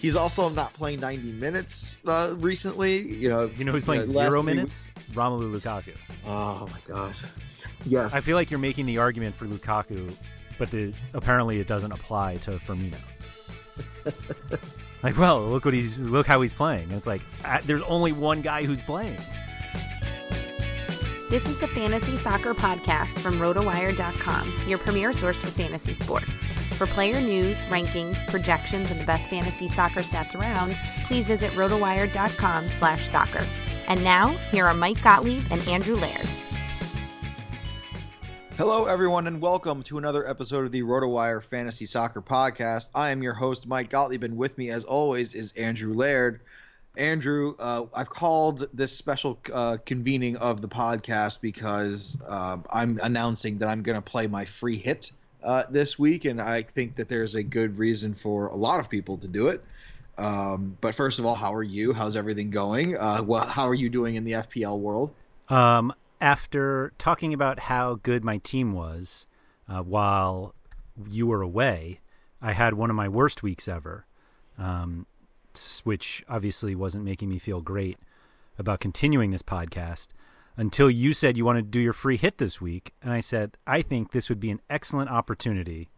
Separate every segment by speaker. Speaker 1: He's also not playing 90 minutes uh, recently. You know,
Speaker 2: You know who's playing
Speaker 1: the last
Speaker 2: zero
Speaker 1: three
Speaker 2: minutes? Romelu Lukaku.
Speaker 1: weeks- Oh my god! Yes,
Speaker 2: I feel like you're making the argument for Lukaku, but the, apparently it doesn't apply to Firmino. like, well, look what he's look how he's playing. And it's like ah, there's only one guy who's playing.
Speaker 3: This is the Fantasy Soccer Podcast from RotoWire.com, your premier source for fantasy sports. For player news, rankings, projections, and the best fantasy soccer stats around, please visit RotoWire.com slash soccer. And now, here are Mike Gottlieb and Andrew Laird.
Speaker 1: Hello, everyone, and welcome to another episode of the RotoWire Fantasy Soccer Podcast. I am your host, Mike Gottlieb, and with me, as always, is Andrew Laird. Andrew, uh, I've called this special uh, convening of the podcast because um I'm announcing that I'm going to play my free hit uh, this week, and I think that there's a good reason for a lot of people to do it. Um, but first of all, how are you? How's everything going? Uh, wha how are you doing in the FPL world?
Speaker 2: Um, after talking about how good my team was uh, while you were away, I had one of my worst weeks ever, um, s- which obviously wasn't making me feel great about continuing this podcast until you said you wanted to do your free hit this week. And I said, I think this would be an excellent opportunity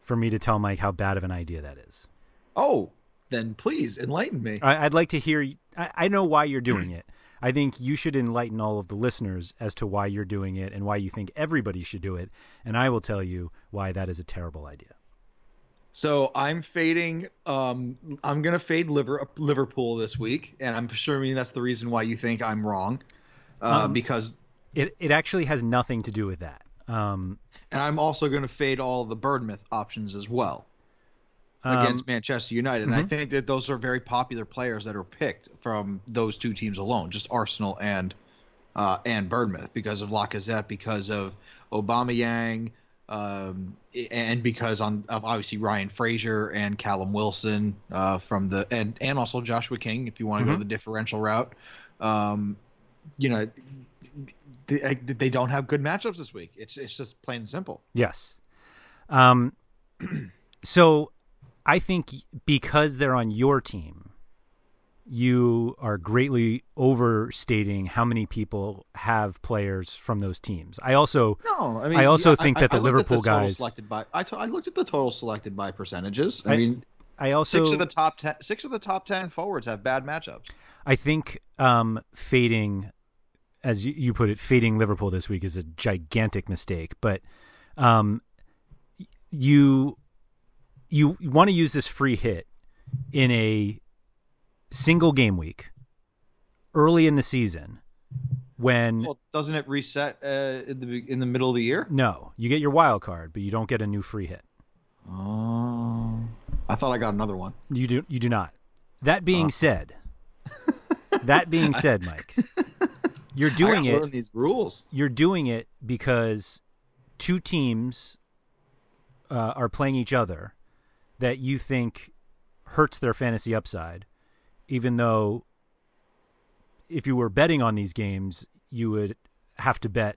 Speaker 2: for me to tell Mike how bad of an idea that is.
Speaker 1: Oh, then please enlighten me.
Speaker 2: I, I'd like to hear. y- I, I know why you're doing it. I think you should enlighten all of the listeners as to why you're doing it and why you think everybody should do it. And I will tell you why that is a terrible idea.
Speaker 1: So I'm fading. Um, I'm gonna fade Liver- Liverpool this week, and I'm assuming that's the reason why you think I'm wrong, uh,
Speaker 2: Um,
Speaker 1: because.
Speaker 2: It it actually has nothing to do with that. Um,
Speaker 1: And I'm also going to fade all the Birdmouth options as well
Speaker 2: um,
Speaker 1: against Manchester United. And I think that those are very popular players that are picked from those two teams alone, just Arsenal and uh, and Birdmouth, because of Lacazette, because of Obama Yang, um, and because on of obviously Ryan Frazier and Callum Wilson uh, from the and and also Joshua King if you want to go
Speaker 2: Mhm.
Speaker 1: the differential route. Um, you know, they, they don't have good matchups this week. It's it's just plain and simple.
Speaker 2: Yes. Um, so I think because they're on your team, you are greatly overstating how many people have players from those teams. I also
Speaker 1: No, I mean,
Speaker 2: I also
Speaker 1: yeah,
Speaker 2: think that the
Speaker 1: looked at
Speaker 2: Liverpool
Speaker 1: total
Speaker 2: guys-
Speaker 1: selected by. I, to, I looked at the total selected by percentages. I,
Speaker 2: I-
Speaker 1: mean,
Speaker 2: I also
Speaker 1: six of the top ten, six of the top ten forwards have bad matchups.
Speaker 2: I think um, fading, as you, you put it, fading Liverpool this week is a gigantic mistake. But um, y- you you want to use this free hit in a single game week early in the season when
Speaker 1: Well, doesn't it reset uh, in the in the middle of the year?
Speaker 2: no you get your wild card but you don't get a new free hit
Speaker 1: Oh, I thought I got another one.
Speaker 2: you do you do not that
Speaker 1: Uh-huh.
Speaker 2: being said that being said mike you're
Speaker 1: I
Speaker 2: doing
Speaker 1: gotta
Speaker 2: it
Speaker 1: learn these rules.
Speaker 2: you're doing it because two teams uh, are playing each other that you think hurts their fantasy upside, even though if you were betting on these games, you would have to bet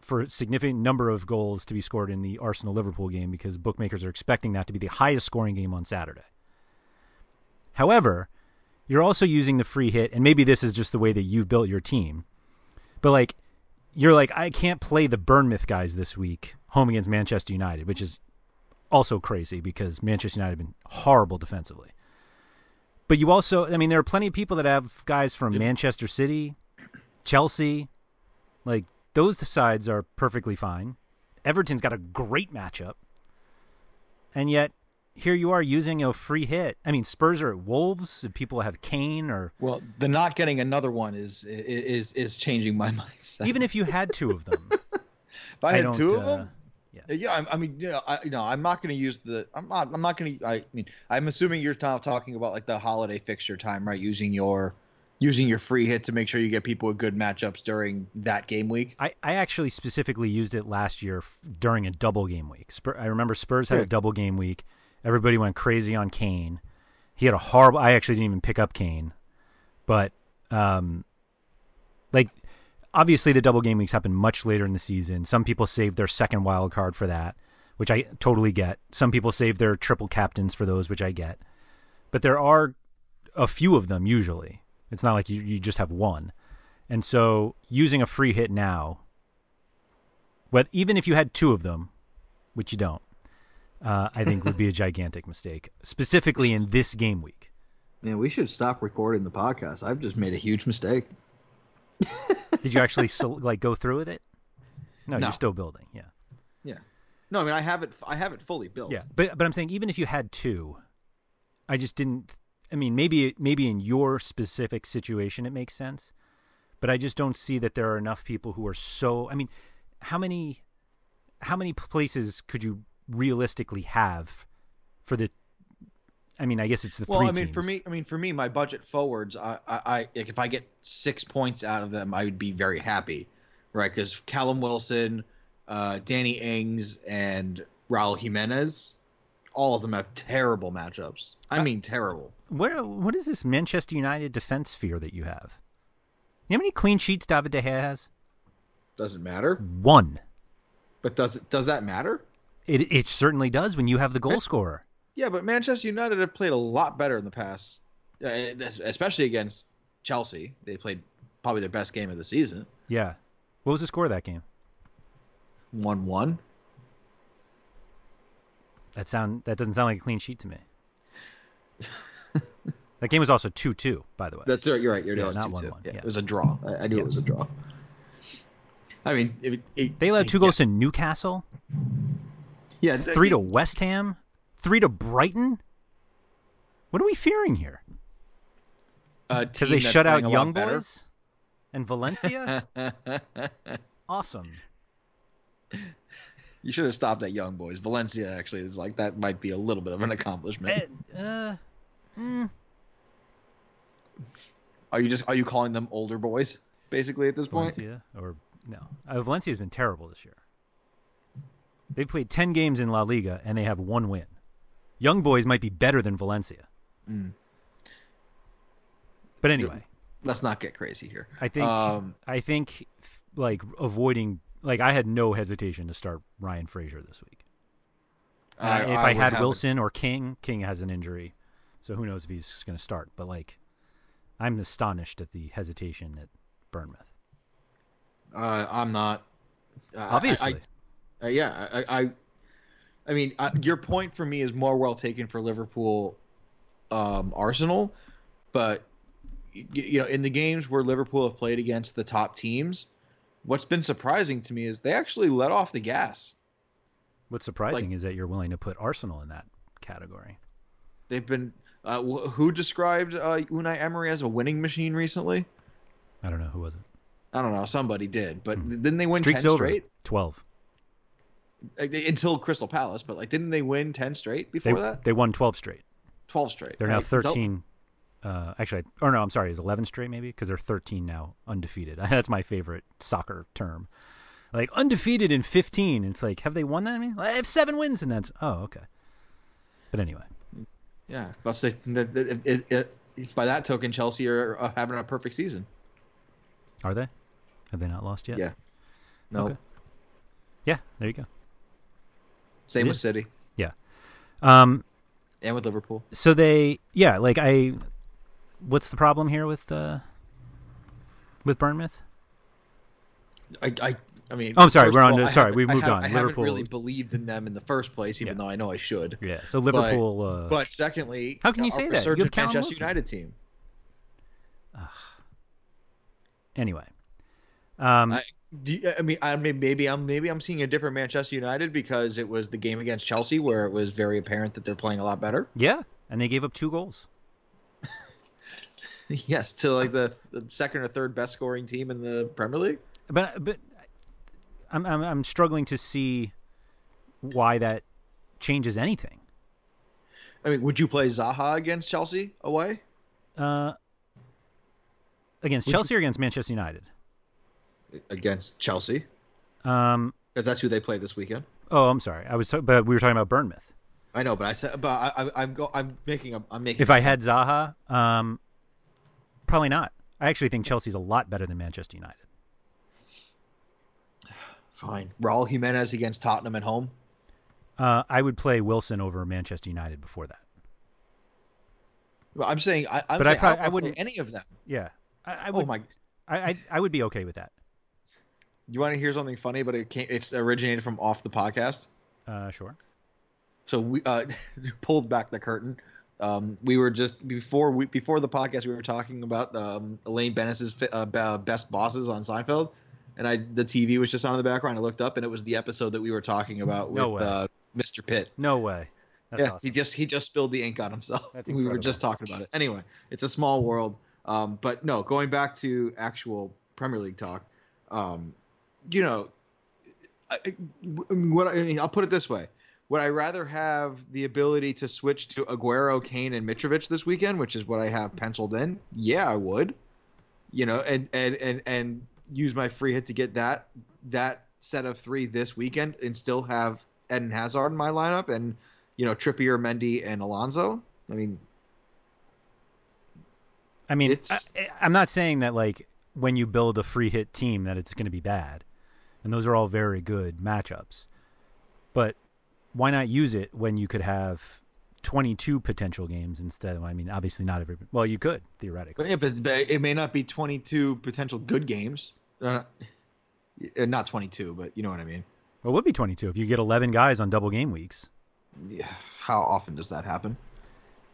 Speaker 2: for a significant number of goals to be scored in the Arsenal Liverpool game because bookmakers are expecting that to be the highest scoring game on Saturday. However, you're also using the free hit, and maybe this is just the way that you've built your team, but like you're like, I can't play the Burnmouth guys this week home against Manchester United, which is also crazy because Manchester United have been horrible defensively. But you also, I mean, there are plenty of people that have guys from Manchester City, Chelsea, like those sides are perfectly fine. Everton's got a great matchup. And yet, here you are using a free hit. I mean, Spurs are at Wolves. and People have Kane or
Speaker 1: Well, the not getting another one is is is changing my mindset.
Speaker 2: even if you had two of them.
Speaker 1: if I had
Speaker 2: don't,
Speaker 1: two of
Speaker 2: uh,
Speaker 1: them, Yeah, I, I mean, yeah, I, you know, I'm not going to use the. I'm not. I'm not going to. I mean, I'm assuming you're now talking about like the holiday fixture time, right? Using your, using your free hit to make sure you get people with good matchups during that game week.
Speaker 2: I, I actually specifically used it last year f- during a double game week. Spur, I remember Spurs had a
Speaker 1: Sure.
Speaker 2: double game week. Everybody went crazy on Kane. He had a horrible. I actually didn't even pick up Kane, but um, like obviously the double game weeks happen much later in the season. Some people save their second wild card for that, which I totally get. Some people save their triple captains for those, which I get. But there are a few of them usually. It's not like you, you just have one. And so using a free hit now, but even if you had two of them, which you don't, uh, I think would be a gigantic mistake, specifically in this game week.
Speaker 1: Man, we should stop recording the podcast. I've just made a huge mistake.
Speaker 2: Did you actually sol- like go through with it? No,
Speaker 1: No.
Speaker 2: you're still building. Yeah,
Speaker 1: Yeah. No, I mean, I have it. I have it fully built.
Speaker 2: yeah. But but I'm saying even if you had two, I just didn't. I mean, maybe maybe in your specific situation it makes sense, but I just don't see that there are enough people who are so. I mean, how many how many places could you realistically have for the? I mean, I guess it's the
Speaker 1: Well,
Speaker 2: three
Speaker 1: I mean, for
Speaker 2: teams.
Speaker 1: me, I mean, for me, my budget forwards, I, I, I like, if I get six points out of them, I would be very happy, right? Because Callum Wilson, uh, Danny Ings, and Raul Jimenez, all of them have terrible matchups. I mean, terrible.
Speaker 2: Where what is this Manchester United defense fear that you have? You know how many clean sheets David De Gea has?
Speaker 1: Doesn't matter.
Speaker 2: One.
Speaker 1: But does it? Does that matter?
Speaker 2: It it certainly does when you have the goal scorer.
Speaker 1: Yeah, but Manchester United have played a lot better in the past, uh, especially against Chelsea. They played probably their best game of the season,
Speaker 2: Yeah. What was the score of that game?
Speaker 1: one-one.
Speaker 2: That sound that doesn't sound like a clean sheet to me. that game was also two two, by the way.
Speaker 1: That's right. You're right. You're
Speaker 2: Yeah,
Speaker 1: right.
Speaker 2: not
Speaker 1: It was 2-2.
Speaker 2: 1-1,
Speaker 1: Yeah,
Speaker 2: yeah.
Speaker 1: It was a draw. I, I knew it was a draw. I mean, it, it,
Speaker 2: they allowed
Speaker 1: it-
Speaker 2: two goals to Newcastle,
Speaker 1: Yeah, th-
Speaker 2: three to West Ham, three to Brighton. What are we fearing here?
Speaker 1: a
Speaker 2: Because
Speaker 1: team
Speaker 2: they
Speaker 1: that's
Speaker 2: shut out
Speaker 1: playing a lot
Speaker 2: Young
Speaker 1: better.
Speaker 2: Boys and Valencia. awesome.
Speaker 1: You should have stopped at Young Boys. Valencia actually is like that might be a little bit of an accomplishment.
Speaker 2: Eh, uh, mm,
Speaker 1: Are you just are you calling them older boys basically at this point?
Speaker 2: Valencia or no? Uh, Valencia has been terrible this year. They have played ten games in La Liga and they have one win. Young boys might be better than Valencia.
Speaker 1: Mm.
Speaker 2: But anyway,
Speaker 1: Let's not get crazy here.
Speaker 2: I think
Speaker 1: Um,
Speaker 2: I think f- like avoiding like I had no hesitation to start Ryan Frazier this week. Uh,
Speaker 1: I-
Speaker 2: if
Speaker 1: I
Speaker 2: I,
Speaker 1: would
Speaker 2: had
Speaker 1: have it.
Speaker 2: Wilson or King, King has an injury, so who knows if he's going to start. But like, I'm astonished at the hesitation at Bournemouth.
Speaker 1: Uh, I'm not. Uh, I-
Speaker 2: Obviously,
Speaker 1: I- Uh, yeah, I, I, I mean, I, your point for me is more well taken for Liverpool, um, Arsenal, but y- you know, in the games where Liverpool have played against the top teams, what's been surprising to me is they actually let off the gas.
Speaker 2: what's surprising is that you're willing to put Arsenal in that category.
Speaker 1: They've been. Uh, wh- who described uh, Unai Emery as a winning machine recently?
Speaker 2: I don't know who was it.
Speaker 1: I don't know. Somebody did, but didn't they win
Speaker 2: Hmm. Streaks
Speaker 1: ten
Speaker 2: over.
Speaker 1: straight
Speaker 2: Twelve.
Speaker 1: Like, they- until Crystal Palace? But like, didn't they win ten straight
Speaker 2: They
Speaker 1: before that?
Speaker 2: they won twelve straight.
Speaker 1: Twelve straight.
Speaker 2: They're now
Speaker 1: right? So-
Speaker 2: thirteen. Uh, actually, I- or no, I'm sorry, is eleven straight maybe because they're thirteen now undefeated. That's my favorite soccer term. Like undefeated in fifteen. It's like have they won that? I mean, I have seven wins and that's oh okay. But anyway,
Speaker 1: Yeah, I'll say that that- it, it, it- by that token, Chelsea are uh, having a perfect season.
Speaker 2: are they? Have they not lost yet?
Speaker 1: Yeah. No,
Speaker 2: Okay. Yeah. There you go.
Speaker 1: same
Speaker 2: Yeah.
Speaker 1: with City
Speaker 2: Yeah. Um.
Speaker 1: and with Liverpool.
Speaker 2: So they yeah like I. What's the problem here with uh. With Bournemouth?
Speaker 1: I, I, I mean,
Speaker 2: Oh, I'm sorry,
Speaker 1: first
Speaker 2: we're
Speaker 1: of
Speaker 2: on
Speaker 1: all,
Speaker 2: to-
Speaker 1: I
Speaker 2: sorry,
Speaker 1: haven't-
Speaker 2: we've
Speaker 1: I
Speaker 2: moved
Speaker 1: haven't-
Speaker 2: on.
Speaker 1: I haven't
Speaker 2: Liverpool-
Speaker 1: really believed in them in the first place, even
Speaker 2: Yeah.
Speaker 1: though I know I should.
Speaker 2: Yeah. So Liverpool. uh,
Speaker 1: But secondly,
Speaker 2: How can you
Speaker 1: a
Speaker 2: say that? You
Speaker 1: resurgent
Speaker 2: have Callum
Speaker 1: Manchester
Speaker 2: Wilson.
Speaker 1: United team.
Speaker 2: anyway. Um.
Speaker 1: I, do you- I mean, I mean, maybe I'm maybe I'm seeing a different Manchester United because it was the game against Chelsea where it was very apparent that they're playing a lot better.
Speaker 2: yeah. And they gave up two goals.
Speaker 1: yes, to like the, the second or third best scoring team in the Premier League.
Speaker 2: but but I'm, I'm I'm struggling to see why that changes anything.
Speaker 1: I mean, would you play Zaha against Chelsea away?
Speaker 2: Uh, against
Speaker 1: Would you-
Speaker 2: Chelsea or against Manchester United?
Speaker 1: Against Chelsea,
Speaker 2: Um,
Speaker 1: if that's who they play this weekend.
Speaker 2: oh, I'm sorry. I was talk- but we were talking about Bournemouth.
Speaker 1: I know, but I said, but I, I, I'm go, I'm making a, I'm making.
Speaker 2: If I had Zaha, um, probably not. I actually think Chelsea's a lot better than Manchester United.
Speaker 1: fine, Raul Jimenez against Tottenham at home.
Speaker 2: Uh, I would play Wilson over Manchester United before that.
Speaker 1: Well, I'm saying, I, I'm
Speaker 2: But I
Speaker 1: saying I,
Speaker 2: prob-
Speaker 1: don't wanna
Speaker 2: I
Speaker 1: play
Speaker 2: wouldn't-
Speaker 1: any of them.
Speaker 2: Yeah, I, I would.
Speaker 1: oh my!
Speaker 2: I, I I would be okay with that.
Speaker 1: You want to hear something funny? But it came, it's originated from off the podcast.
Speaker 2: Uh, sure.
Speaker 1: So we uh, pulled back the curtain. Um, we were just before we before the podcast we were talking about um, Elaine Bennis's fi- uh, ba- best bosses on Seinfeld, and I the TV was just on in the background. I looked up and it was the episode that we were talking about with
Speaker 2: No way.
Speaker 1: uh, Mr. Pitt.
Speaker 2: No way. That's
Speaker 1: yeah,
Speaker 2: awesome.
Speaker 1: he just he just spilled the ink on himself.
Speaker 2: That's
Speaker 1: we were
Speaker 2: incredible.
Speaker 1: just talking about it. Anyway, it's a small world. Um, but no, going back to actual Premier League talk, um, you know, I, I- what I I mean, I'll put it this way: Would I rather have the ability to switch to Aguero, Kane, and Mitrovic this weekend, which is what I have penciled in? Yeah, I would. You know, and and and and use my free hit to get that that set of three this weekend, and still have Eden Hazard in my lineup, and you know Trippier, Mendy, and Alonso. I mean,
Speaker 2: I mean,
Speaker 1: It's-
Speaker 2: I, I'm not saying that like when you build a free hit team that it's going to be bad, and those are all very good matchups. But why not use it when you could have 22 potential games instead of? I mean, obviously not every. Well, you could
Speaker 1: but,
Speaker 2: theoretically.
Speaker 1: yeah, but, but it may not be 22 potential good games. Uh, eh, not 22, but you know what I mean.
Speaker 2: Well, it would be 22 if you get 11 guys on double game weeks.
Speaker 1: Yeah, How often does that happen?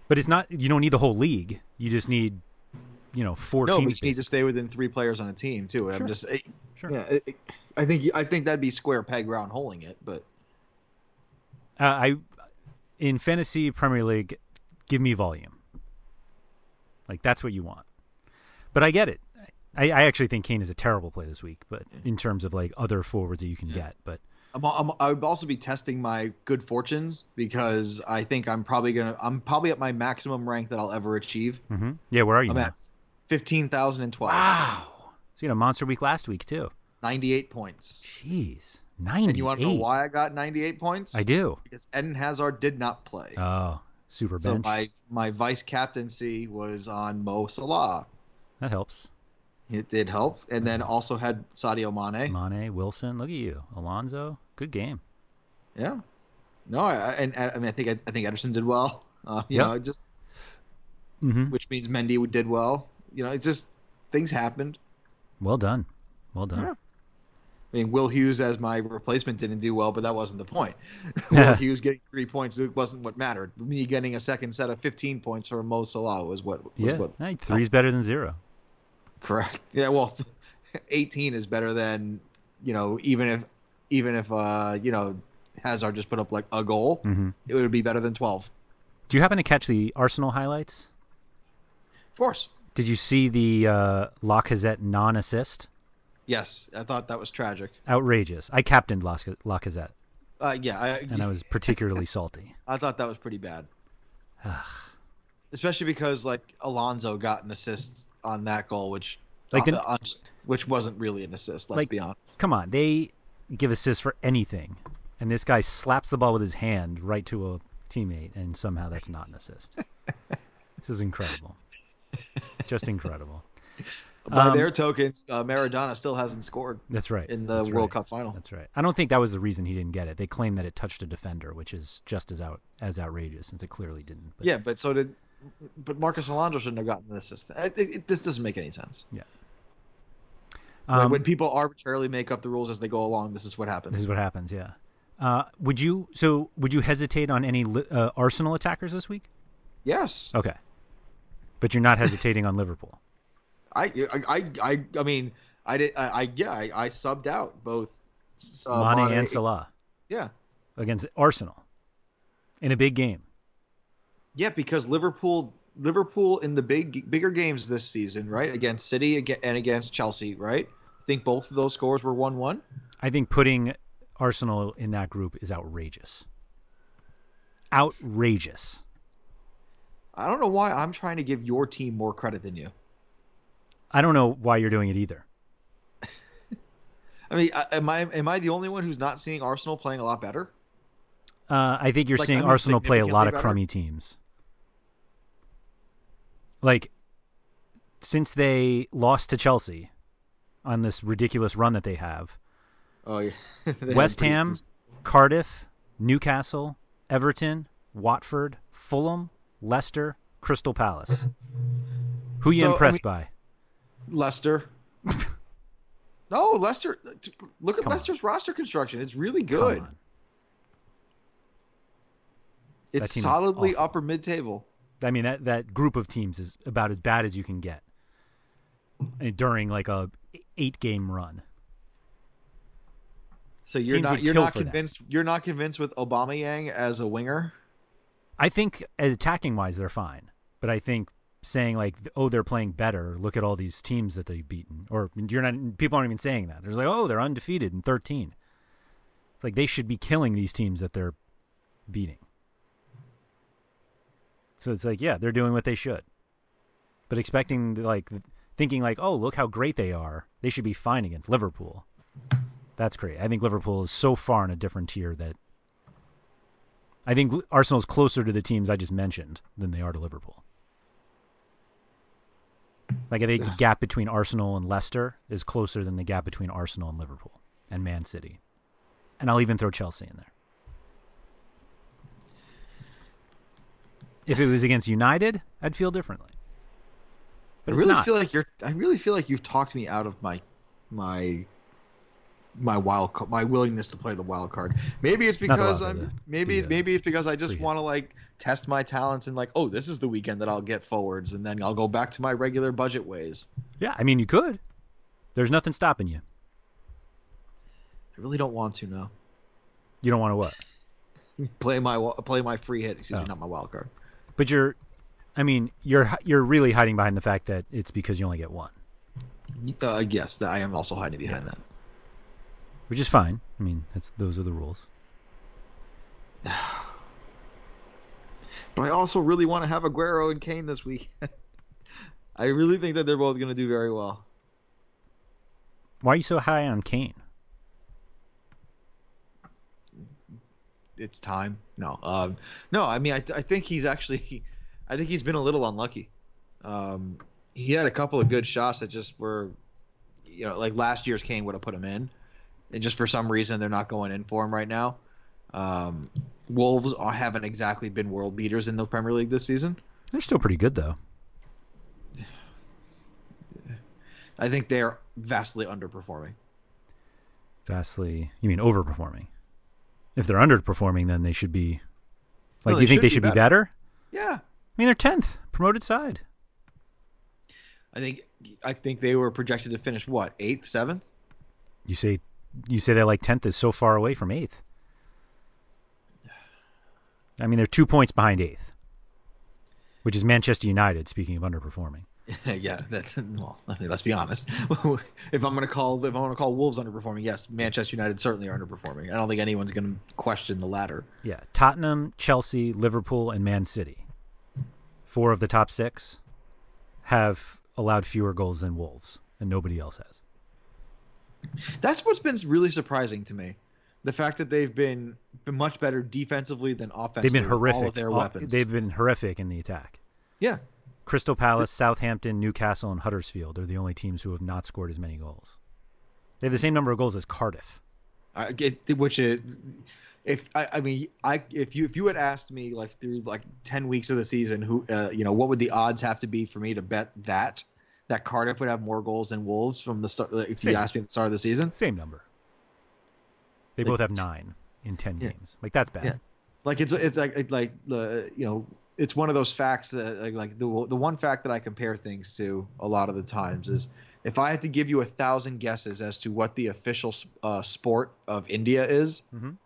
Speaker 2: But it's not. You don't need the whole league. You just need, you know, four
Speaker 1: No, but you
Speaker 2: teams.
Speaker 1: need to
Speaker 2: basically.
Speaker 1: stay within three players on a team too.
Speaker 2: Sure.
Speaker 1: I'm just, eh,
Speaker 2: Sure.
Speaker 1: yeah, eh, eh, I think I think that'd be square peg round holing it, but
Speaker 2: Uh, I in fantasy Premier League, give me volume. Like that's what you want. But I get it. I, I actually think Kane is a terrible play this week, but in terms of like other forwards that you can get, but
Speaker 1: I'm, I'm, I would also be testing my good fortunes because I think I'm probably gonna I'm probably at my maximum rank that I'll ever achieve.
Speaker 2: Mhm. yeah, where are you?
Speaker 1: I'm
Speaker 2: now?
Speaker 1: at fifteen thousand and twelve,
Speaker 2: Wow, so you had a monster week last week too.
Speaker 1: ninety eight points.
Speaker 2: Jeez, ninety-eight.
Speaker 1: And you want to know why I got 98 points?
Speaker 2: I do.
Speaker 1: Because Eden Hazard did not play.
Speaker 2: Oh, super
Speaker 1: so
Speaker 2: bench.
Speaker 1: my my vice captaincy was on Mo Salah.
Speaker 2: That helps.
Speaker 1: It did help, and then
Speaker 2: Mm-hmm.
Speaker 1: also had Sadio Mane.
Speaker 2: Mane, Wilson, look at you, Alonso. Good game.
Speaker 1: Yeah. No, I, I- and I mean I think I think Ederson did well. Uh, you
Speaker 2: Yeah.
Speaker 1: know, just
Speaker 2: Mm-hmm.
Speaker 1: which means Mendy did well. you know, it just things happened.
Speaker 2: Well done. Well done.
Speaker 1: Yeah. I mean, Will Hughes as my replacement didn't do well, but that wasn't the point. Will Hughes getting three points wasn't what mattered. Me getting a second set of 15 points for Mo Salah was what was
Speaker 2: Yeah.
Speaker 1: what
Speaker 2: Hey, three's better than zero.
Speaker 1: Correct. Yeah. Well, 18 is better than you know. Even if even if uh you know Hazard just put up like a goal,
Speaker 2: Mm-hmm.
Speaker 1: it would be better than 12.
Speaker 2: Do you happen to catch the Arsenal highlights?
Speaker 1: Of course.
Speaker 2: Did you see the uh, Lacazette non-assist?
Speaker 1: Yes, I thought that was tragic.
Speaker 2: Outrageous. I captained Lac- Lacazette,
Speaker 1: Uh, yeah, I
Speaker 2: and I was particularly salty.
Speaker 1: I thought that was pretty bad. Especially because like Alonso got an assist on that goal, which
Speaker 2: Like an-
Speaker 1: uh, which wasn't really an assist. Let's
Speaker 2: Like-
Speaker 1: be honest.
Speaker 2: Come on, they give assists for anything, and this guy slaps the ball with his hand right to a teammate, and somehow that's not an assist. this is incredible, just incredible.
Speaker 1: By
Speaker 2: Um,
Speaker 1: their tokens, uh, Maradona still hasn't scored
Speaker 2: That's right.
Speaker 1: in the
Speaker 2: That's
Speaker 1: World
Speaker 2: right.
Speaker 1: Cup final.
Speaker 2: That's right. I don't think that was the reason he didn't get it. They claim that it touched a defender, which is just as out as outrageous, since it clearly didn't. But
Speaker 1: Yeah, but so did, but Marcus Alonso shouldn't have gotten an assist. It, it, it- this doesn't make any sense. Like,
Speaker 2: um,
Speaker 1: when people arbitrarily make up the rules as they go along, this is what happens.
Speaker 2: This is what happens, yeah. Uh, would you so would you hesitate on any Li- uh, Arsenal attackers this week?
Speaker 1: yes,
Speaker 2: Okay, but you're not hesitating on Liverpool.
Speaker 1: I, I, I, I, I mean, I did, I, I yeah, I, I subbed out both uh,
Speaker 2: Mane, and Salah
Speaker 1: Yeah,
Speaker 2: against Arsenal in a big game.
Speaker 1: yeah, because Liverpool, Liverpool in the big, bigger games this season, right, against City aga- and against Chelsea, right. I think both of those scores were one-one.
Speaker 2: I think putting Arsenal in that group is outrageous. Outrageous.
Speaker 1: I don't know why I'm trying to give your team more credit than you.
Speaker 2: I don't know why you're doing it either.
Speaker 1: I mean, I- am I am I the only one who's not seeing Arsenal playing a lot better?
Speaker 2: Uh, I think you're
Speaker 1: Like,
Speaker 2: seeing
Speaker 1: I'm not
Speaker 2: Arsenal play a lot
Speaker 1: significantly
Speaker 2: of
Speaker 1: better.
Speaker 2: crummy teams. Like, since they lost to Chelsea on this ridiculous run that they have,
Speaker 1: Oh yeah.
Speaker 2: West Ham, Cardiff, Newcastle, Everton, Watford, Fulham, Leicester, Crystal Palace. Who you
Speaker 1: So, I
Speaker 2: impressed by?
Speaker 1: Leicester. no, Leicester. t- Look at
Speaker 2: Come on.
Speaker 1: Leicester's roster construction. It's really
Speaker 2: Come
Speaker 1: good.
Speaker 2: on. That
Speaker 1: It's
Speaker 2: team is
Speaker 1: solidly
Speaker 2: awful.
Speaker 1: upper mid table.
Speaker 2: I mean that that group of teams is about as bad as you can get uh, during like a eight game run.
Speaker 1: So you're
Speaker 2: Teams
Speaker 1: not
Speaker 2: would
Speaker 1: you're
Speaker 2: kill
Speaker 1: not
Speaker 2: for that.
Speaker 1: convinced you're not convinced with Obama Yang as a winger.
Speaker 2: I think attacking wise they're fine, but I think saying like oh they're playing better. Look at all these teams that they've beaten, or you're not people aren't even saying that. They're like oh they're undefeated in 13. It's like they should be killing these teams that they're beating. So it's like yeah they're doing what they should, but expecting like thinking like oh look how great they are. They should be fine against Liverpool. That's great. I think Liverpool is so far in a different tier that I think L- Arsenal's closer to the teams I just mentioned than they are to Liverpool. Like I think the gap between Arsenal and Leicester is closer than the gap between Arsenal and Liverpool and Man City. And I'll even throw Chelsea in there. If it was against United, I'd feel differently. But
Speaker 1: I
Speaker 2: it's
Speaker 1: really
Speaker 2: not.
Speaker 1: feel like you're I really feel like you've talked me out of my my my wild ca- my willingness to play the wild card. Maybe it's
Speaker 2: Not the wild
Speaker 1: because
Speaker 2: card,
Speaker 1: I'm
Speaker 2: the-
Speaker 1: maybe
Speaker 2: the, uh,
Speaker 1: maybe it's because I just
Speaker 2: free hit.
Speaker 1: want to like test my talents and like oh this is the weekend that I'll get forwards and then I'll go back to my regular budget ways.
Speaker 2: yeah, I mean you could. There's nothing stopping you.
Speaker 1: I really don't want to now.
Speaker 2: You don't want to what?
Speaker 1: Play my wa- play my free hit, excuse
Speaker 2: Oh.
Speaker 1: me, not my wild card.
Speaker 2: But you're I mean, you're hi- you're really hiding behind the fact that it's because you only get one.
Speaker 1: Uh, yes, that I am also hiding behind that.
Speaker 2: which is fine. I mean, that's those are the rules.
Speaker 1: But I also really want to have Aguero and Kane this week. I really think that they're both going to do very well.
Speaker 2: Why are you so high on Kane?
Speaker 1: It's time. No, um, no. I mean, I, I think he's actually, I think he's been a little unlucky. Um, he had a couple of good shots that just were, you know, like last year's Kane would have put him in, and just for some reason they're not going in for him right now. Um, Wolves are- haven't exactly been world beaters in the Premier League this season.
Speaker 2: They're still pretty good though.
Speaker 1: I think they are vastly underperforming.
Speaker 2: Vastly, you mean overperforming? If they're underperforming, then they should be. Like,
Speaker 1: No,
Speaker 2: do you
Speaker 1: they
Speaker 2: think
Speaker 1: should
Speaker 2: they
Speaker 1: be
Speaker 2: should be
Speaker 1: better.
Speaker 2: better?
Speaker 1: Yeah,
Speaker 2: I mean, they're tenth, promoted side.
Speaker 1: I think I think they were projected to finish what eighth, seventh.
Speaker 2: You say, you say that like tenth is so far away from eighth. I mean, they're two points behind eighth, which is Manchester United. Speaking of underperforming,
Speaker 1: yeah, that, well, I mean, let's be honest. if I'm gonna call if I want to call Wolves underperforming, yes, Manchester United certainly are underperforming. I don't think anyone's gonna question the latter.
Speaker 2: yeah, Tottenham, Chelsea, Liverpool, and Man City, four of the top six, have allowed fewer goals than Wolves, and nobody else has.
Speaker 1: That's what's been really surprising to me. The fact that they've been been much better defensively than offensively.
Speaker 2: They've been
Speaker 1: with
Speaker 2: horrific.
Speaker 1: All of their
Speaker 2: All-
Speaker 1: weapons.
Speaker 2: They've been horrific in the attack.
Speaker 1: yeah.
Speaker 2: Crystal Palace, Southampton, Newcastle, and Huddersfield are the only teams who have not scored as many goals. They have the same number of goals as Cardiff.
Speaker 1: I get which is if I, I mean I if you if you had asked me like through like ten weeks of the season who uh, you know what would the odds have to be for me to bet that that Cardiff would have more goals than Wolves from the start like, if
Speaker 2: Same.
Speaker 1: you asked me at the start of the season
Speaker 2: Same number. They
Speaker 1: Like-
Speaker 2: both have nine in ten
Speaker 1: Yeah.
Speaker 2: games. Like that's bad.
Speaker 1: Yeah. like it's it's like it's like the you know it's one of those facts that like, like the the one fact that I compare things to a lot of the times is if I had to give you a thousand guesses as to what the official uh, sport of India is.
Speaker 2: Mhm.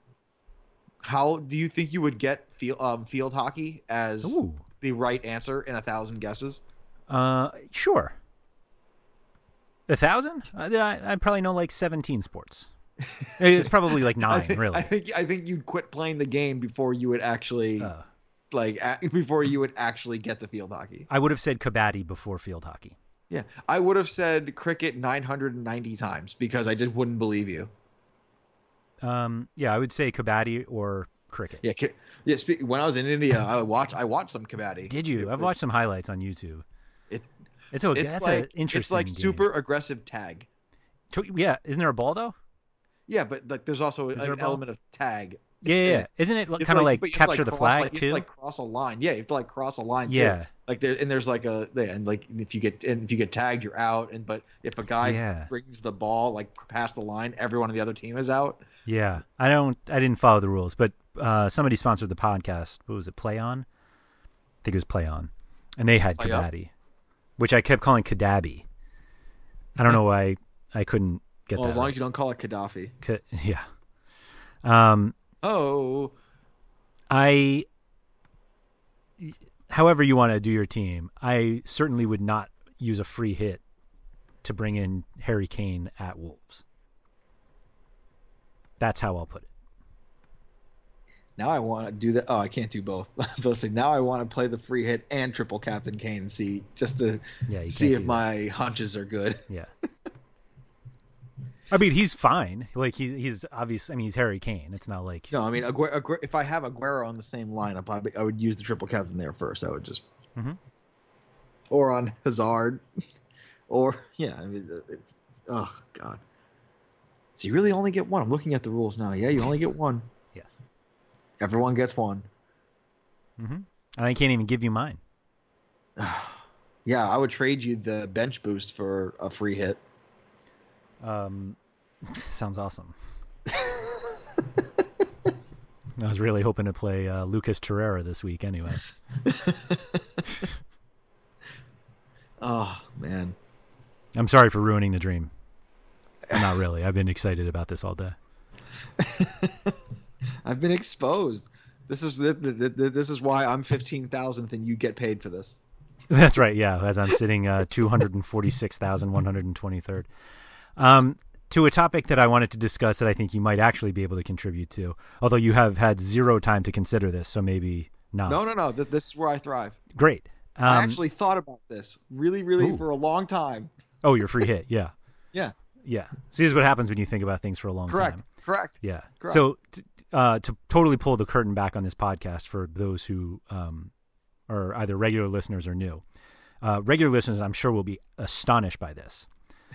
Speaker 1: How do you think you would get field, um, field hockey as
Speaker 2: Ooh.
Speaker 1: the right answer in a thousand guesses.
Speaker 2: Uh, sure. A thousand? I, I, I probably know like seventeen sports. It's probably like
Speaker 1: I
Speaker 2: nine,
Speaker 1: think,
Speaker 2: really.
Speaker 1: I think I think you'd quit playing the game before you would actually
Speaker 2: Uh,
Speaker 1: like a- before you would actually get to field hockey.
Speaker 2: I would have said kabaddi before field hockey.
Speaker 1: Yeah, I would have said cricket 990 times because I just wouldn't believe you.
Speaker 2: Um, yeah, I would say kabaddi or cricket.
Speaker 1: Yeah, ki- yeah. Spe- when I was in India, I watched I watched some kabaddi.
Speaker 2: Did you? I've watched some highlights on YouTube.
Speaker 1: It-
Speaker 2: it's a,
Speaker 1: it's
Speaker 2: that's
Speaker 1: like
Speaker 2: an interesting.
Speaker 1: it's like
Speaker 2: game.
Speaker 1: super aggressive tag.
Speaker 2: To- Yeah, isn't there a ball though?
Speaker 1: Yeah, but like there's also
Speaker 2: Is there a
Speaker 1: an
Speaker 2: ball?
Speaker 1: element of tag.
Speaker 2: Yeah, yeah.
Speaker 1: yeah.
Speaker 2: yeah. Isn't it
Speaker 1: You have
Speaker 2: kind
Speaker 1: to,
Speaker 2: of like,
Speaker 1: but you have to,
Speaker 2: capture the
Speaker 1: cross,
Speaker 2: flag
Speaker 1: like, you have to,
Speaker 2: too?
Speaker 1: like cross a line. Yeah, you have to like cross a line. too.
Speaker 2: Yeah.
Speaker 1: Like there and there's like a yeah, and like if you get and if you get tagged, you're out. And but if a guy
Speaker 2: Yeah.
Speaker 1: brings the ball like past the line, everyone on the other team is out.
Speaker 2: yeah, I don't. I didn't follow the rules, but uh, somebody sponsored the podcast. What was it? Play on. I think it was Play on, and they had
Speaker 1: Play Up?
Speaker 2: kabaddi, which I kept calling kadabi. I don't know why I couldn't get
Speaker 1: well,
Speaker 2: that.
Speaker 1: as long
Speaker 2: right.
Speaker 1: as you don't call it Gaddafi.
Speaker 2: Ka- yeah. Um,
Speaker 1: Oh,
Speaker 2: I, however you want to do your team, I certainly would not use a free hit to bring in Harry Kane at Wolves. That's how I'll put it.
Speaker 1: now I want to do that. Oh, I can't do both. Let's see. Now I want to play the free hit and triple Captain Kane and see just to
Speaker 2: Yeah, you
Speaker 1: see
Speaker 2: can't
Speaker 1: if
Speaker 2: do
Speaker 1: my hunches are good.
Speaker 2: that. yeah. I mean, he's fine. Like he's he's obvious. I mean, he's Harry Kane. It's not like
Speaker 1: No, I mean, Aguero, Aguero, if I have Aguero on the same lineup, I, I would use the triple captain there first. I would just,
Speaker 2: Mhm.
Speaker 1: or on Hazard, or yeah, I mean, uh, it- oh god. So you really only get one. I'm looking at the rules now. Yeah, you only get one.
Speaker 2: yes.
Speaker 1: Everyone gets one.
Speaker 2: hmm And I can't even give you mine.
Speaker 1: Yeah, I would trade you the bench boost for a free hit.
Speaker 2: Um, sounds awesome. I was really hoping to play uh, Lucas Torreira this week. Anyway,
Speaker 1: Oh man.
Speaker 2: I'm sorry for ruining the dream. Not really. I've been excited about this all day.
Speaker 1: I've been exposed. This is th- th- th- this is why I'm fifteen thousandth and you get paid for this.
Speaker 2: That's right. Yeah, as I'm sitting uh, 246,123rd. Um, to a topic that I wanted to discuss that I think you might actually be able to contribute to, although you have had zero time to consider this, so maybe not.
Speaker 1: No, no, no. Th- this is where I thrive.
Speaker 2: Great. Um,
Speaker 1: I actually thought about this really, really
Speaker 2: Ooh.
Speaker 1: for a long time.
Speaker 2: oh, your free hit. Yeah,
Speaker 1: Yeah,
Speaker 2: yeah. See, this is what happens when you think about things for a long
Speaker 1: correct,
Speaker 2: time.
Speaker 1: correct.
Speaker 2: Yeah.
Speaker 1: Correct.
Speaker 2: So t- uh, to totally pull the curtain back on this podcast for those who um, are either regular listeners or new, uh, regular listeners, I'm sure, will be astonished by this.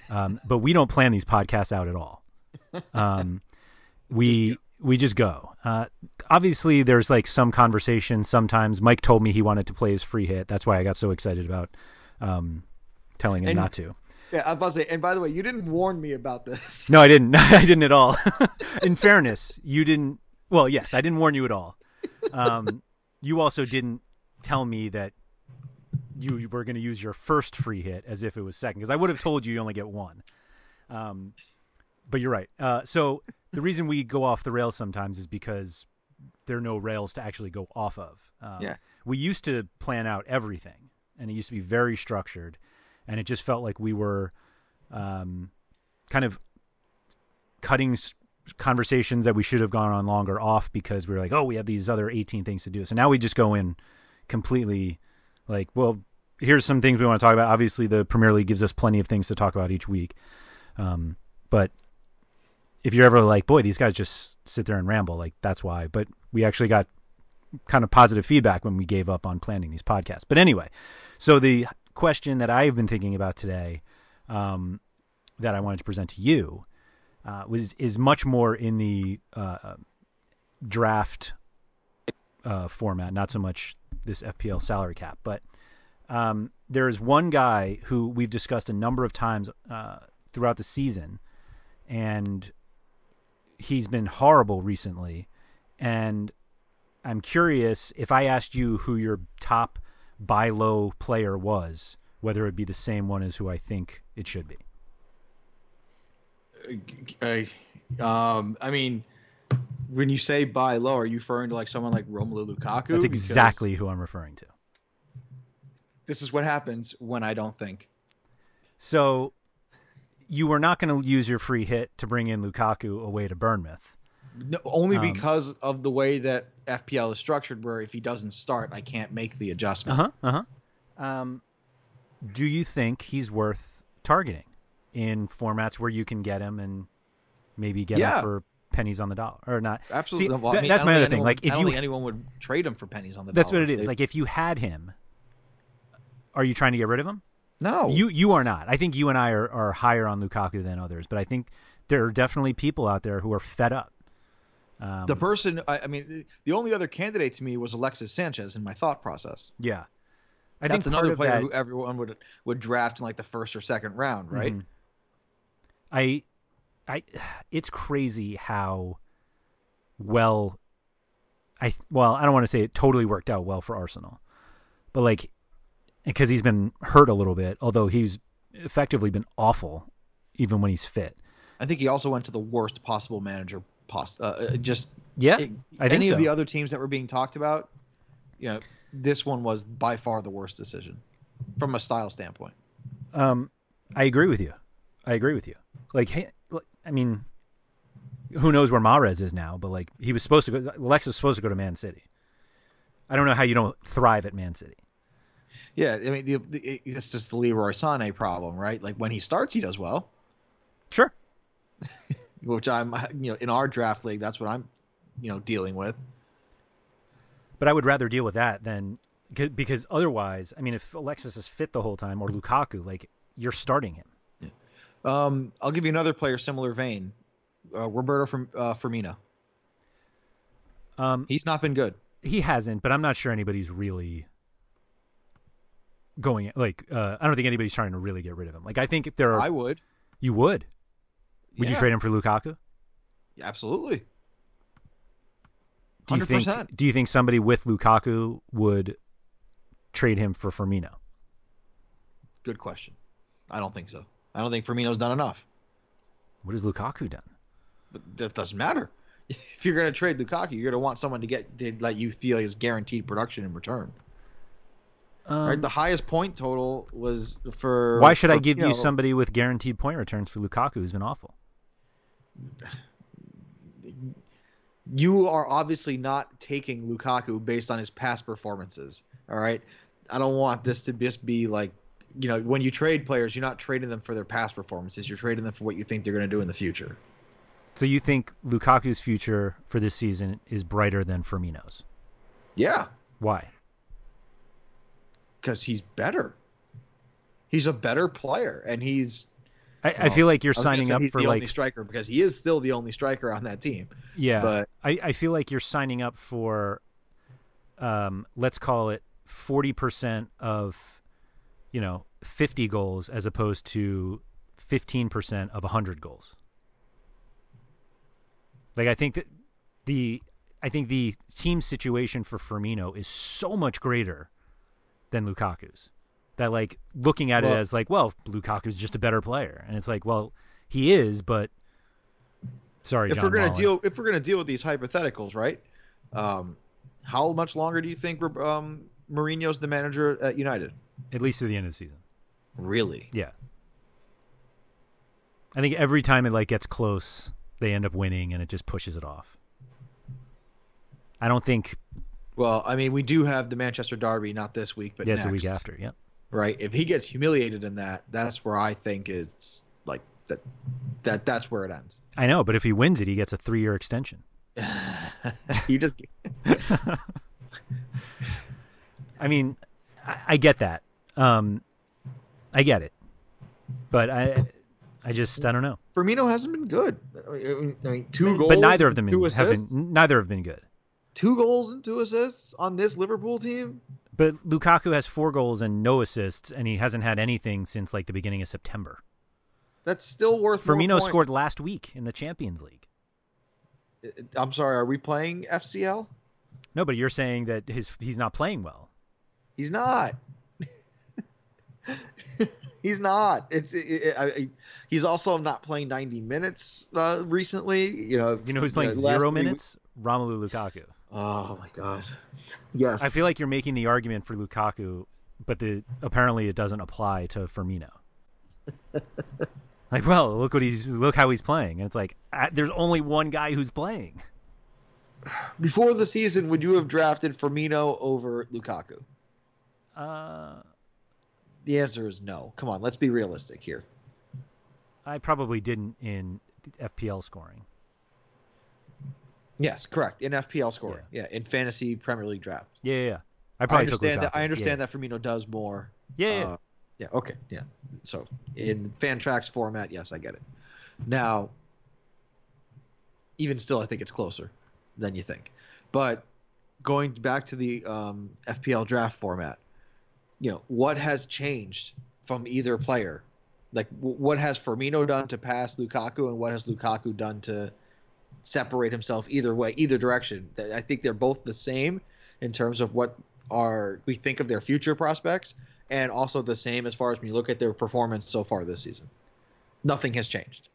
Speaker 2: Um, but we don't plan these podcasts out at all. Um, we we just go. Uh, obviously, there's like some conversation. Sometimes Mike told me he wanted to play his free hit. That's why I got so excited about um, telling him
Speaker 1: And-
Speaker 2: not to.
Speaker 1: Yeah, I'm about to say. And by the way, you didn't warn me about this.
Speaker 2: No, I didn't. I didn't at all. In fairness, you didn't. Well, yes, I didn't warn you at all. Um, you also didn't tell me that you were going to use your first free hit as if it was second, because I would have told you you only get one. Um, but you're right. Uh, so the reason we go off the rails sometimes is because there are no rails to actually go off of. Um,
Speaker 1: Yeah.
Speaker 2: We used to plan out everything, and it used to be very structured, and it just felt like we were um, kind of cutting s- conversations that we should have gone on longer off because we were like, oh, we have these other 18 things to do. So now we just go in completely like, well, here's some things we want to talk about. Obviously, the Premier League gives us plenty of things to talk about each week. Um, but if you're ever like, boy, these guys just sit there and ramble, like that's why. But we actually got kind of positive feedback when we gave up on planning these podcasts. But anyway, so the question that I've been thinking about today um, that I wanted to present to you uh, was is much more in the uh, draft uh, format, not so much this FPL salary cap. But um, there is one guy who we've discussed a number of times uh, throughout the season, and he's been horrible recently. And I'm curious if I asked you who your top buy low player was, whether it be the same one as who I think it should be.
Speaker 1: I, um, I mean, when you say buy low, are you referring to like someone like Romelu Lukaku?
Speaker 2: That's
Speaker 1: Because
Speaker 2: exactly who I'm referring to.
Speaker 1: This is what happens when I don't think.
Speaker 2: So you were not going to use your free hit to bring in Lukaku away to Bournemouth.
Speaker 1: No, only
Speaker 2: Um,
Speaker 1: because of the way that FPL is structured, where if he doesn't start, I can't make the adjustment.
Speaker 2: huh. Uh huh. Um, do you think he's worth targeting in formats where you can get him and maybe get
Speaker 1: Yeah.
Speaker 2: him for pennies on the dollar or not?
Speaker 1: Absolutely.
Speaker 2: See,
Speaker 1: Well, I
Speaker 2: tha-
Speaker 1: mean,
Speaker 2: that's
Speaker 1: I don't
Speaker 2: my
Speaker 1: think
Speaker 2: other thing.
Speaker 1: anyone-
Speaker 2: Like,
Speaker 1: I
Speaker 2: if
Speaker 1: don't
Speaker 2: you
Speaker 1: think anyone would trade him for pennies on the
Speaker 2: that's what
Speaker 1: dollar.
Speaker 2: it is.
Speaker 1: They-
Speaker 2: Like, if you had him, are you trying to get rid of him?
Speaker 1: no,
Speaker 2: You you are not. I think you and I are, are higher on Lukaku than others, but I think there are definitely people out there who are fed up. Um,
Speaker 1: the person. I, I mean, the only other candidate to me was Alexis Sanchez in my thought process.
Speaker 2: yeah, I
Speaker 1: that's
Speaker 2: think part
Speaker 1: another
Speaker 2: of
Speaker 1: player
Speaker 2: that-
Speaker 1: who everyone would would draft in like the first or second round, right?
Speaker 2: Mhm. I, I, it's crazy how well I well I don't want to say it totally worked out well for Arsenal, but like because he's been hurt a little bit, although he's effectively been awful even when he's fit.
Speaker 1: I think he also went to the worst possible manager. Poss- uh, uh, just
Speaker 2: Yeah,
Speaker 1: it-
Speaker 2: I think
Speaker 1: any
Speaker 2: so.
Speaker 1: of the other teams that were being talked about, you know, this one was by far the worst decision from a style standpoint.
Speaker 2: Um, I agree with you. I agree with you. Like, hey, l- I mean, who knows where Mares is now? But like, he was supposed to go. Lex was supposed to go to Man City. I don't know how you don't thrive at Man City.
Speaker 1: Yeah, I mean, the, the, it, it's just the Leroy Sané problem, right? Like when he starts, he does well,
Speaker 2: Sure.
Speaker 1: which I'm, you know, in our draft league, that's what I'm, you know, dealing with.
Speaker 2: But I would rather deal with that than c- because otherwise, I mean, if Alexis is fit the whole time or Lukaku, like you're starting him.
Speaker 1: Um, I'll give you another player similar vein, uh, Roberto from uh, Firmino.
Speaker 2: Um,
Speaker 1: He's not been good.
Speaker 2: he hasn't, but I'm not sure anybody's really going like. Uh, I don't think anybody's trying to really get rid of him. Like, I think if there are,
Speaker 1: I would.
Speaker 2: you would. Would you
Speaker 1: Yeah.
Speaker 2: trade him for Lukaku?
Speaker 1: Yeah, absolutely.
Speaker 2: Do you think
Speaker 1: 100%.
Speaker 2: do you think somebody with Lukaku would trade him for Firmino?
Speaker 1: Good question. I don't think so. I don't think Firmino's done enough.
Speaker 2: What has Lukaku done?
Speaker 1: But that doesn't matter. If you're going to trade Lukaku, you're going to want someone to get to let you feel is guaranteed production in return.
Speaker 2: Um,
Speaker 1: right? The highest point total was for.
Speaker 2: why should I
Speaker 1: for
Speaker 2: give you
Speaker 1: Firmino.
Speaker 2: somebody with guaranteed point returns for Lukaku who's been awful?
Speaker 1: You are obviously not taking Lukaku based on his past performances. All right. I don't want this to just be like, you know, when you trade players, you're not trading them for their past performances. You're trading them for what you think they're going to do in the future.
Speaker 2: So you think Lukaku's future for this season is brighter than Firmino's?
Speaker 1: Yeah.
Speaker 2: Why?
Speaker 1: because he's better. He's a better player, and he's.
Speaker 2: I, I
Speaker 1: well,
Speaker 2: feel like you're
Speaker 1: I was gonna
Speaker 2: signing
Speaker 1: say
Speaker 2: up
Speaker 1: he's
Speaker 2: for
Speaker 1: the
Speaker 2: like
Speaker 1: only striker because he is still the only striker on that team.
Speaker 2: yeah.
Speaker 1: but-
Speaker 2: I, I feel like you're signing up for um let's call it forty percent of you know, 50 goals as opposed to 15% of 100 goals. Like I think that the I think the team situation for Firmino is so much greater than Lukaku's. That like looking at it
Speaker 1: Well-
Speaker 2: as like, well, Lukaku's just a better player, and it's like, well, he is, but sorry,
Speaker 1: if
Speaker 2: John
Speaker 1: we're gonna
Speaker 2: Mollen.
Speaker 1: deal if we're gonna deal with these hypotheticals, right? Um, how much longer do you think um, Mourinho's the manager at United?
Speaker 2: at least through the end of the season.
Speaker 1: Really?
Speaker 2: Yeah. I think every time it like gets close, they end up winning and it just pushes it off. I don't think
Speaker 1: Well, I mean, we do have the Manchester Derby, not this week, but
Speaker 2: yeah, it's a week
Speaker 1: next,
Speaker 2: after. Yeah.
Speaker 1: right? If he gets humiliated in that, that's where I think it's like that that that's where it ends.
Speaker 2: I know, but if he wins it, he gets a three year extension.
Speaker 1: you just
Speaker 2: I mean, I, I get that. Um, I get it. But I I just I don't know.
Speaker 1: Firmino hasn't been good. I mean, I mean, two goals,
Speaker 2: But neither of them
Speaker 1: two
Speaker 2: have been
Speaker 1: assists,
Speaker 2: neither have been good.
Speaker 1: two goals and two assists on this Liverpool team.
Speaker 2: But Lukaku has four goals and no assists, and he hasn't had anything since like the beginning of September.
Speaker 1: That's still worth. more
Speaker 2: Firmino
Speaker 1: points.
Speaker 2: scored last week in the Champions League.
Speaker 1: I'm sorry, are we playing FCL?
Speaker 2: No, but you're saying that his he's not playing well.
Speaker 1: He's not. he's not. It's it, it, I, I- he's also not playing 90 minutes uh, recently. You know,
Speaker 2: You know who's playing
Speaker 1: the last
Speaker 2: zero
Speaker 1: three we-
Speaker 2: minutes? Romelu Lukaku.
Speaker 1: Oh my god. Yes.
Speaker 2: I feel like you're making the argument for Lukaku, but the apparently it doesn't apply to Firmino. like, well, look what he's look how he's playing, and it's like I, there's only one guy who's playing.
Speaker 1: before the season, would you have drafted Firmino over Lukaku?
Speaker 2: Uh,
Speaker 1: The answer is no. Come on, let's be realistic here.
Speaker 2: I probably didn't in FPL scoring.
Speaker 1: Yes, correct. In FPL scoring, yeah, in fantasy Premier League draft.
Speaker 2: Yeah, yeah. yeah. I
Speaker 1: I
Speaker 2: probably took
Speaker 1: understand that.
Speaker 2: Lukaku.
Speaker 1: I
Speaker 2: Yeah,
Speaker 1: understand that Firmino does more.
Speaker 2: Yeah, yeah.
Speaker 1: Uh, yeah. Okay. Yeah. So in Fantrax format, yes, I get it. Now, even still, I think it's closer than you think. But going back to the um, FPL draft format, you know what has changed from either player? Like, w- what has Firmino done to pass Lukaku, and what has Lukaku done to separate himself either way, either direction? That- I think they're both the same in terms of what are we think of their future prospects, and also the same as far as when you look at their performance so far this season. Nothing has changed.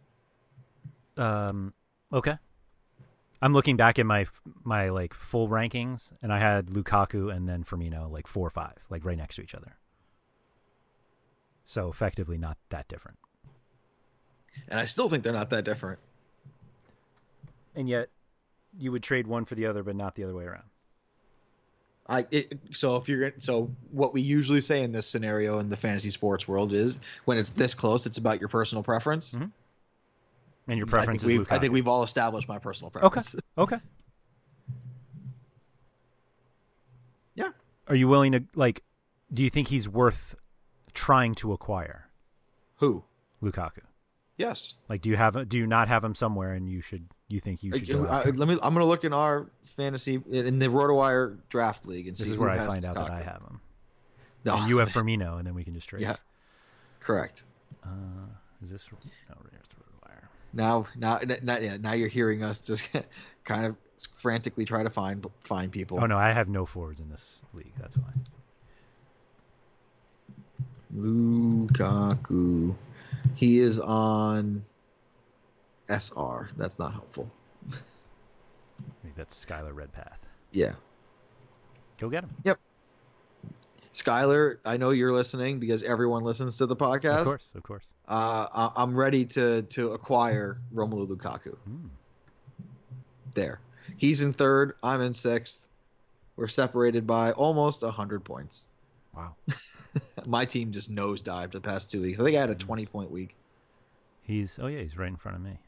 Speaker 2: Um, okay. I'm looking back at my my like full rankings, and I had Lukaku and then Firmino like four or five, like right next to each other. So effectively, not that different.
Speaker 1: And I still think they're not that different.
Speaker 2: And yet, you would trade one for the other, but not the other way around.
Speaker 1: I it, so if you're so what we usually say in this scenario in the fantasy sports world is when it's this close, it's about your personal preference.
Speaker 2: Mhm. And your
Speaker 1: I think
Speaker 2: preference is
Speaker 1: we've
Speaker 2: Lukaku.
Speaker 1: I think we've all established my personal
Speaker 2: okay.
Speaker 1: preference.
Speaker 2: Okay.
Speaker 1: Yeah.
Speaker 2: Are you willing to like? Do you think he's worth trying to acquire
Speaker 1: Who?
Speaker 2: Lukaku?
Speaker 1: Yes.
Speaker 2: Like, do you have do you not have him somewhere, and you should you think you should?
Speaker 1: Uh,
Speaker 2: go
Speaker 1: uh,
Speaker 2: after him?
Speaker 1: let me. I'm gonna look in our fantasy in the RotoWire draft league and
Speaker 2: This
Speaker 1: see
Speaker 2: is
Speaker 1: who
Speaker 2: where I
Speaker 1: has
Speaker 2: find out that I
Speaker 1: Lukaku.
Speaker 2: have him.
Speaker 1: No.
Speaker 2: And you have Firmino, and then we can just trade.
Speaker 1: Oh, Yeah. Correct.
Speaker 2: Uh, is this no? There's the wire.
Speaker 1: Now, now, n- not yeah. Now you're hearing us just kind of frantically try to find find people.
Speaker 2: Oh no, I have no forwards in this league. That's why.
Speaker 1: Lukaku, he is on SR. That's not helpful.
Speaker 2: I think that's Skylar Redpath.
Speaker 1: Yeah.
Speaker 2: Go get him.
Speaker 1: Skylar, I know you're listening because everyone listens to the podcast.
Speaker 2: Of course, of course.
Speaker 1: Uh, I- I'm ready to to acquire Romelu Lukaku.
Speaker 2: Hmm.
Speaker 1: There, he's in third. I'm in sixth. We're separated by almost hundred points.
Speaker 2: Wow.
Speaker 1: My team just nosedived the past two weeks. I think I had a 20 point week.
Speaker 2: He's oh yeah, he's right in front of me.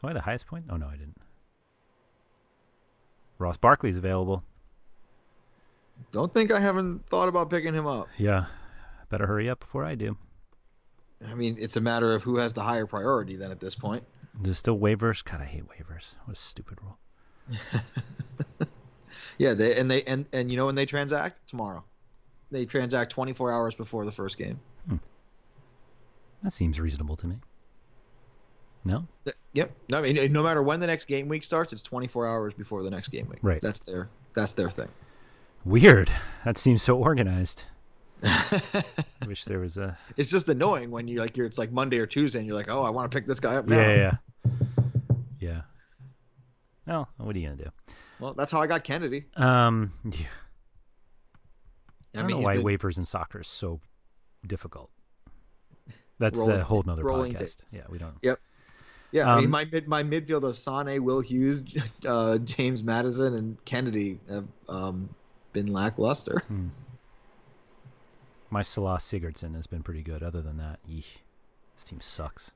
Speaker 2: Am I the highest point? Oh no, I didn't. Ross Barkley's available.
Speaker 1: Don't think I haven't thought about picking him up.
Speaker 2: Yeah, better hurry up before I do.
Speaker 1: I mean, it's a matter of who has the higher priority then at this point.
Speaker 2: There's still waivers. God, I hate waivers. What a stupid rule.
Speaker 1: Yeah, they and they and and you know when they transact tomorrow. They transact 24 hours before the first game.
Speaker 2: That seems reasonable to me. No?
Speaker 1: Th- Yep. No, I mean, no matter when the next game week starts, it's 24 hours before the next game week.
Speaker 2: Right.
Speaker 1: That's their that's their thing.
Speaker 2: Weird. That seems so organized. I wish there was a
Speaker 1: It's just annoying when you like you're it's like Monday or Tuesday and you're like, oh, I want to pick this guy up now.
Speaker 2: yeah, yeah, yeah. Yeah. Well, what are you gonna do?
Speaker 1: Well, that's how I got Kennedy.
Speaker 2: Um, yeah. I,
Speaker 1: I,
Speaker 2: don't
Speaker 1: mean,
Speaker 2: know
Speaker 1: he's
Speaker 2: why
Speaker 1: been
Speaker 2: waivers in soccer is so difficult. That's
Speaker 1: Rolling-
Speaker 2: the whole nother
Speaker 1: rolling
Speaker 2: podcast.
Speaker 1: dates.
Speaker 2: Yeah, we don't.
Speaker 1: Yeah, I mean,
Speaker 2: Um,
Speaker 1: my mid my midfield of Sane, Will Hughes, uh, James Madison, and Kennedy have um, been lackluster.
Speaker 2: Hmm. My Salah Sigurdsson has been pretty good. Other than that, yeesh, this team sucks.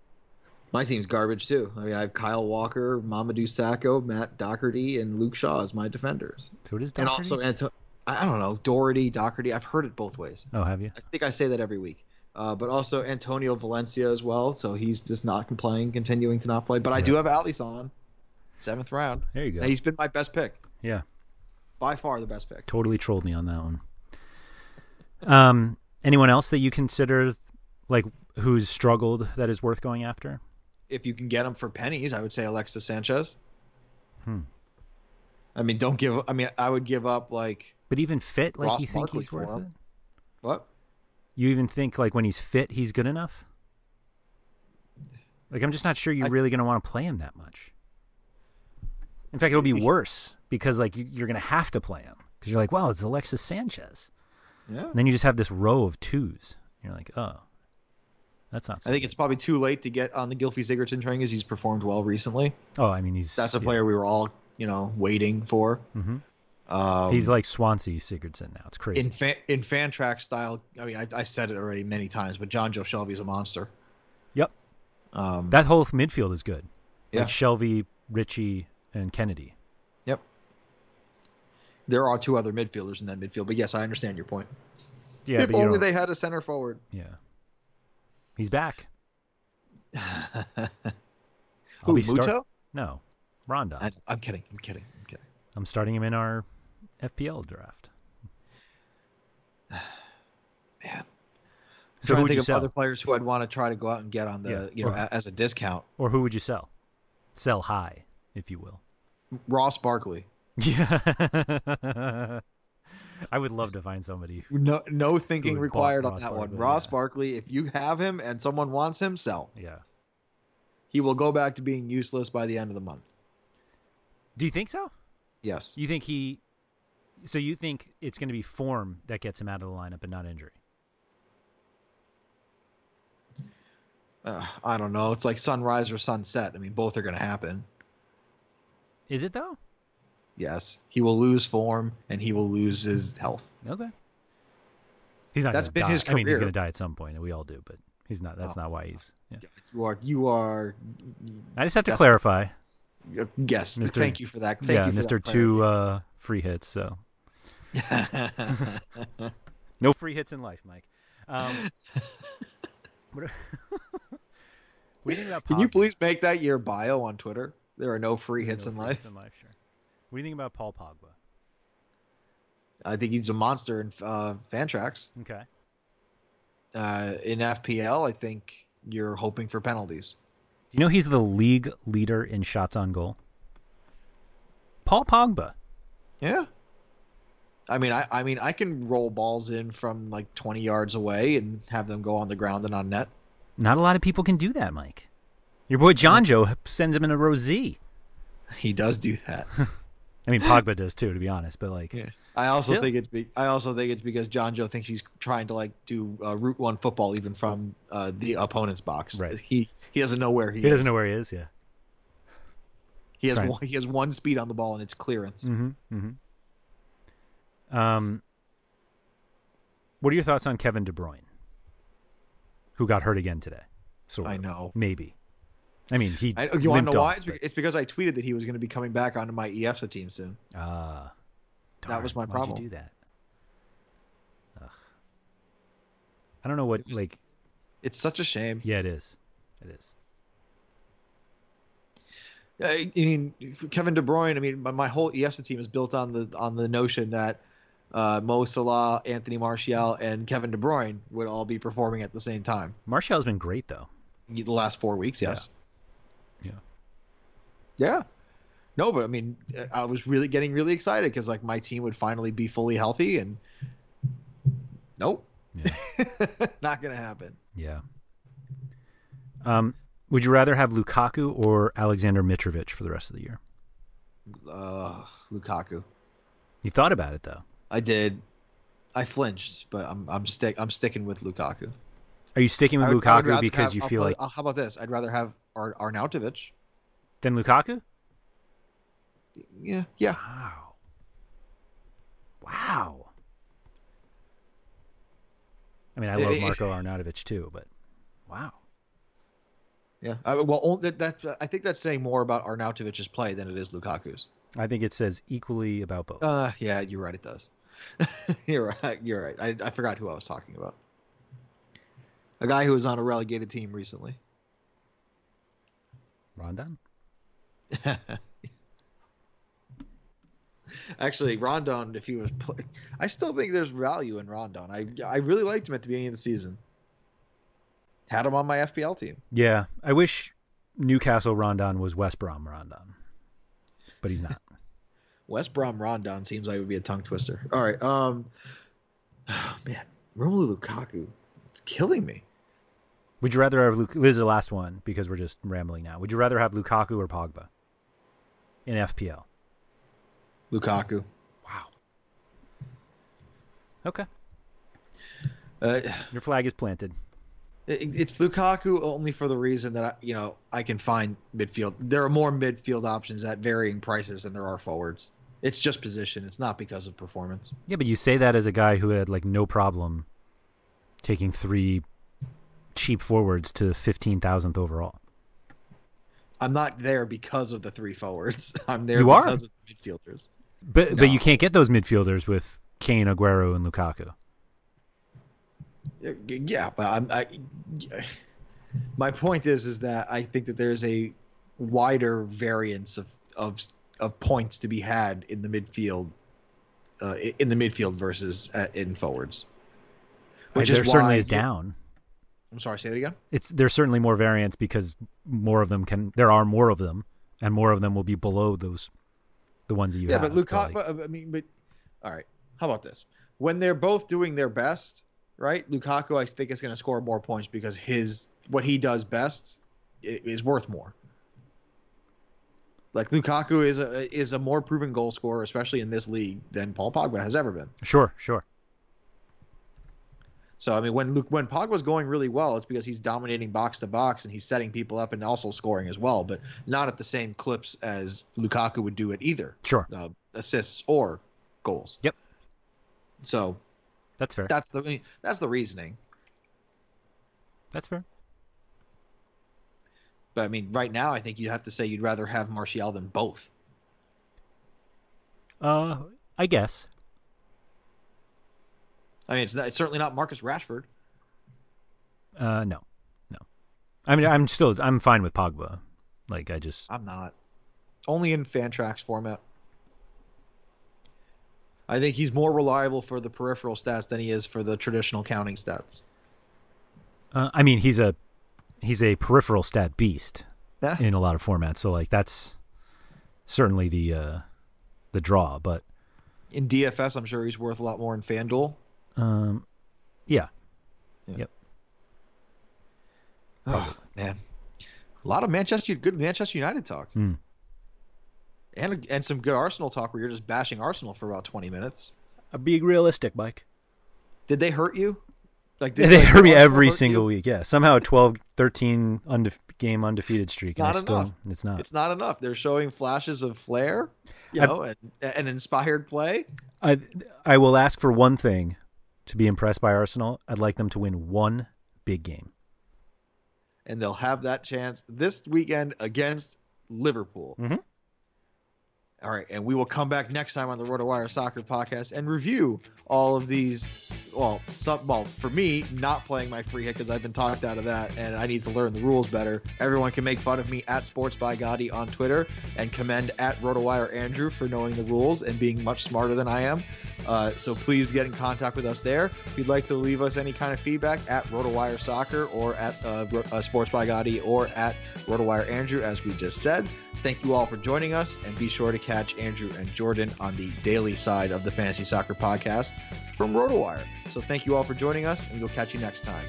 Speaker 1: My team's garbage too. I mean, I have Kyle Walker, Mamadou Sacco, Matt Doherty, and Luke Shaw as my defenders,
Speaker 2: So it is.
Speaker 1: and
Speaker 2: Doherty?
Speaker 1: also Anto- I I don't know Doherty, Doherty. I've heard it both ways.
Speaker 2: oh, have you?
Speaker 1: I think I say that every week. Uh, but also Antonio Valencia as well. So he's just not playing, continuing to not play. But I do have Alisson, seventh round.
Speaker 2: There you go.
Speaker 1: And He's been my best pick
Speaker 2: Yeah,
Speaker 1: by far, the best pick.
Speaker 2: totally trolled me on that one. Um, anyone else that you consider like who's struggled that is worth going after?
Speaker 1: if you can get him for pennies, I would say Alexis Sanchez.
Speaker 2: Hmm.
Speaker 1: I mean, don't give. I mean, I would give up like
Speaker 2: But even fit, like
Speaker 1: Ross
Speaker 2: you think
Speaker 1: Barkley
Speaker 2: he's
Speaker 1: for
Speaker 2: worth
Speaker 1: him.
Speaker 2: it?
Speaker 1: what?
Speaker 2: You even think like when he's fit, he's good enough? Like I'm just not sure you're
Speaker 1: I-
Speaker 2: really going to want to play him that much. In fact, it'll be worse because like you, you're going to have to play him because you're like, wow, it's Alexis Sanchez,
Speaker 1: Yeah.
Speaker 2: and then you just have this row of twos. You're like, oh, that's not.
Speaker 1: I think it's probably too late to get on the Gilfy Sigurdsson train because he's performed well recently.
Speaker 2: oh, I mean, he's
Speaker 1: That's a
Speaker 2: yeah.
Speaker 1: player we were all, you know, waiting for.
Speaker 2: Mhm.
Speaker 1: Um,
Speaker 2: he's like Swansea Sigurdsson now. It's crazy.
Speaker 1: in fan, in fan track style. I mean, I, I said it already many times, but John Joe Shelby's a monster.
Speaker 2: Yep,
Speaker 1: Um,
Speaker 2: that whole midfield is good.
Speaker 1: Yeah.
Speaker 2: Like Shelby, Richie, and Kennedy.
Speaker 1: yep. There are two other midfielders in that midfield, but yes, I understand your point.
Speaker 2: Yeah,
Speaker 1: if
Speaker 2: but you
Speaker 1: only
Speaker 2: don't-
Speaker 1: they had a center forward.
Speaker 2: Yeah, he's back.
Speaker 1: Who,
Speaker 2: start-
Speaker 1: Muto?
Speaker 2: No, Ronda.
Speaker 1: I, I'm kidding. I'm kidding. I'm kidding.
Speaker 2: I'm starting him in our FPL draft. Man. So
Speaker 1: trying
Speaker 2: who
Speaker 1: to
Speaker 2: would
Speaker 1: think
Speaker 2: you
Speaker 1: of
Speaker 2: sell?
Speaker 1: other players who I'd want to try to go out and get on the
Speaker 2: Yeah,
Speaker 1: you know
Speaker 2: or-
Speaker 1: a- as a discount.
Speaker 2: Or who would you sell? Sell high, if you will.
Speaker 1: Ross Barkley.
Speaker 2: Yeah. I would love to find somebody.
Speaker 1: No, no thinking
Speaker 2: bought
Speaker 1: required on
Speaker 2: Ross
Speaker 1: that
Speaker 2: Barkley,
Speaker 1: one. Ross
Speaker 2: yeah.
Speaker 1: Barkley. If you have him and someone wants him, sell.
Speaker 2: Yeah.
Speaker 1: He will go back to being useless by the end of the month.
Speaker 2: Do you think so?
Speaker 1: Yes.
Speaker 2: You think he? So you think it's going to be form that gets him out of the lineup and not injury?
Speaker 1: Uh, I don't know. It's like sunrise or sunset. I mean, both are going to happen.
Speaker 2: Is it though?
Speaker 1: Yes. He will lose form and he will lose his health.
Speaker 2: Okay. He's not.
Speaker 1: That's
Speaker 2: gonna
Speaker 1: been
Speaker 2: die.
Speaker 1: his
Speaker 2: I mean, he's
Speaker 1: career.
Speaker 2: going to die at some point, and we all do. But he's not. That's
Speaker 1: Oh.
Speaker 2: not why he's. Yeah.
Speaker 1: You are. You are.
Speaker 2: I just have to
Speaker 1: That's-
Speaker 2: clarify.
Speaker 1: Yes.
Speaker 2: Mr.
Speaker 1: Thank you for that. Thank
Speaker 2: yeah,
Speaker 1: you for
Speaker 2: Mr.
Speaker 1: that
Speaker 2: Two uh, free hits. So uh,
Speaker 1: clarity.
Speaker 2: no free hits in life, Mike. Um, what, do- what do you think about?
Speaker 1: Can you
Speaker 2: Pogba?
Speaker 1: please make that your bio on Twitter? There are no free hits
Speaker 2: Um, No
Speaker 1: in
Speaker 2: free
Speaker 1: life.
Speaker 2: hits in life, sure. What do you think about Paul Pogba?
Speaker 1: I think he's a monster in uh, Fantrax.
Speaker 2: Okay,
Speaker 1: Uh, in FPL, I think you're hoping for penalties.
Speaker 2: do you know he's the league leader in shots on goal? Paul Pogba.
Speaker 1: Yeah. I mean, I, I mean, I can roll balls in from like 20 yards away and have them go on the ground and on net.
Speaker 2: Not a lot of people can do that, Mike. Your boy Jonjo sends him in a rosé.
Speaker 1: He does do that.
Speaker 2: I mean, Pogba does too, to be honest. But like,
Speaker 1: I also
Speaker 2: Still-
Speaker 1: think it's be, I also think it's because John Joe thinks he's trying to like do uh, route one football even from uh, the opponent's box.
Speaker 2: Right.
Speaker 1: He he doesn't know where he,
Speaker 2: he
Speaker 1: is.
Speaker 2: doesn't know where he is. Yeah.
Speaker 1: He has
Speaker 2: Right.
Speaker 1: one, he has one speed on the ball and it's clearance.
Speaker 2: Mm-hmm. Mm-hmm. Um, what are your thoughts on Kevin De Bruyne, who got hurt again today? Sort
Speaker 1: I
Speaker 2: of.
Speaker 1: know.
Speaker 2: Maybe. I mean, he.
Speaker 1: I, you want to
Speaker 2: limped
Speaker 1: know why?
Speaker 2: off,
Speaker 1: It's be- It's because I tweeted that he was going to be coming back onto my E EFSA team soon.
Speaker 2: but- Ah.
Speaker 1: That was
Speaker 2: darn,
Speaker 1: my
Speaker 2: why'd
Speaker 1: problem.
Speaker 2: You do that. Ugh. I don't know what
Speaker 1: It was-
Speaker 2: like.
Speaker 1: It's such a shame.
Speaker 2: Yeah, it is. It is.
Speaker 1: E I I mean, Kevin De Bruyne. I mean, my, my whole EFSA team is built on the on the notion that uh, Mo Salah, Anthony Martial, and Kevin De Bruyne would all be performing at the same time.
Speaker 2: Martial's been great though.
Speaker 1: The last four weeks, yes.
Speaker 2: Yeah.
Speaker 1: Yeah. No, but I mean, I was really getting really excited because like my team would finally be fully healthy, and nope,
Speaker 2: Yeah.
Speaker 1: not gonna happen.
Speaker 2: Yeah. Um, would you rather have Lukaku or Alexander Mitrovic for the rest of the year?
Speaker 1: Uh, Lukaku.
Speaker 2: You thought about it though.
Speaker 1: I did. I flinched, but I'm I'm stick I'm sticking with Lukaku.
Speaker 2: Are you sticking with
Speaker 1: I would- I would
Speaker 2: Lukaku
Speaker 1: rather
Speaker 2: because
Speaker 1: have-
Speaker 2: you
Speaker 1: I'll
Speaker 2: feel
Speaker 1: put-
Speaker 2: like
Speaker 1: I'll- how about this? I'd rather have Ar- Arnautovic.
Speaker 2: then Lukaku?
Speaker 1: Yeah, yeah.
Speaker 2: Wow. Wow. I mean, I love
Speaker 1: Eh, eh,
Speaker 2: Marco Arnautovic too, but wow.
Speaker 1: Yeah. I, well, on- that, that's I think that's saying more about Arnautovic's play than it is Lukaku's.
Speaker 2: I think it says equally about both.
Speaker 1: Uh, yeah, you're right. It does. you're right. You're right. I, I forgot who I was talking about. A guy who was on a relegated team recently.
Speaker 2: Rondon?
Speaker 1: Actually, Rondon, if he was, pl- I still think there's value in Rondon. I I really liked him at the beginning of the season. Had him on my FPL team.
Speaker 2: Yeah. I wish Newcastle Rondon was West Brom Rondon, but he's not.
Speaker 1: West Brom Rondon seems like it would be a tongue twister. All right. Um. Oh, man, Romelu Lukaku, it's killing me.
Speaker 2: Would you rather have Luke? This is the last one because we're just rambling now. Would you rather have Lukaku or Pogba in FPL?
Speaker 1: Lukaku.
Speaker 2: Wow. Okay,
Speaker 1: Uh,
Speaker 2: your flag is planted.
Speaker 1: it- it's Lukaku only for the reason that I, you know I can find midfield. There are more midfield options at varying prices than there are forwards. It's just position. It's not because of performance.
Speaker 2: Yeah, but you say that as a guy who had like no problem taking three cheap forwards to fifteen thousandth overall.
Speaker 1: I'm not there because of the three forwards. I'm there
Speaker 2: You are.
Speaker 1: because of the midfielders.
Speaker 2: But but
Speaker 1: No.
Speaker 2: you can't get those midfielders with Kane, Aguero, and Lukaku.
Speaker 1: Yeah, but I'm, I, my point is, is that I think that there's a wider variance of of of points to be had in the midfield, uh, in the midfield versus uh, in forwards.
Speaker 2: Uh, there certainly
Speaker 1: why
Speaker 2: is
Speaker 1: you-
Speaker 2: down.
Speaker 1: I'm sorry, say that again.
Speaker 2: It's there's certainly more variance because more of them can. There are more of them, and more of them will be below those, the ones that you
Speaker 1: yeah,
Speaker 2: have.
Speaker 1: but Lukaku.
Speaker 2: like-
Speaker 1: I mean, but all right. How about this? When they're both doing their best, right? Lukaku, I think is going to score more points because his what he does best i- is worth more. Like Lukaku is a is a more proven goal scorer, especially in this league, than Paul Pogba has ever been.
Speaker 2: Sure, sure.
Speaker 1: So I mean, when Luke, when Pogba's going really well, it's because he's dominating box to box and he's setting people up and also scoring as well, but not at the same clips as Lukaku would do it either.
Speaker 2: Sure.
Speaker 1: uh, assists or goals.
Speaker 2: Yep.
Speaker 1: So
Speaker 2: That's fair.
Speaker 1: that's the I mean, that's the reasoning.
Speaker 2: That's fair.
Speaker 1: But I mean, right now, I think you have to say you'd rather have Martial than both.
Speaker 2: Uh I guess.
Speaker 1: I mean, it's, not, it's certainly not Marcus Rashford.
Speaker 2: Uh no. No. I mean I'm still I'm fine with Pogba. Like I just
Speaker 1: I'm not. Only in Fantrax format. I think he's more reliable for the peripheral stats than he is for the traditional counting stats.
Speaker 2: uh, I mean he's a he's a peripheral stat beast
Speaker 1: Yeah.
Speaker 2: in a lot of formats. So like that's certainly the uh the draw, but
Speaker 1: In DFS, I'm sure he's worth a lot more in FanDuel.
Speaker 2: um yeah.
Speaker 1: Oh, man. A lot of Manchester good Manchester United talk.
Speaker 2: Hmm.
Speaker 1: And and some good Arsenal talk where you're just bashing Arsenal for about 20 minutes.
Speaker 2: I'm being realistic, Mike.
Speaker 1: Did they hurt you? Like did,
Speaker 2: They
Speaker 1: like,
Speaker 2: hurt me
Speaker 1: Arsenal
Speaker 2: every
Speaker 1: hurt you?
Speaker 2: single week. Yeah. Somehow a 12 13 undefe- game undefeated streak and
Speaker 1: not
Speaker 2: I still
Speaker 1: enough.
Speaker 2: it's not.
Speaker 1: It's not enough. They're showing flashes of flair, you
Speaker 2: I-
Speaker 1: know, and, and inspired play.
Speaker 2: I I will ask for one thing to be impressed by Arsenal. I'd like them to win one big game.
Speaker 1: and they'll have that chance this weekend against Liverpool.
Speaker 2: Mhm.
Speaker 1: All right, and we will come back next time on the RotoWire Soccer Podcast and review all of these. Well, stuff. Well, for me, not playing my free hit because I've been talked out of that, and I need to learn the rules better. Everyone can make fun of me at Sports by Gotti on Twitter and commend at RotoWire Andrew for knowing the rules and being much smarter than I am. Uh, so please get in contact with us there. If you'd like to leave us any kind of feedback at RotoWire Soccer or at uh, Ro- uh, Sports by Gotti or at RotoWire Andrew, as we just said. Thank you all for joining us, and be sure to catch Andrew and Jordan on the daily side of the Fantasy Soccer Podcast from RotoWire. So thank you all for joining us, and we'll catch you next time.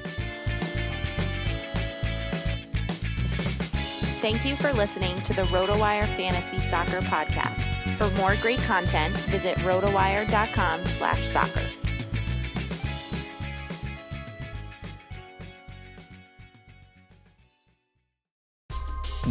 Speaker 3: Thank you for listening to the RotoWire Fantasy Soccer Podcast. For more great content, visit rotowire.com slash soccer.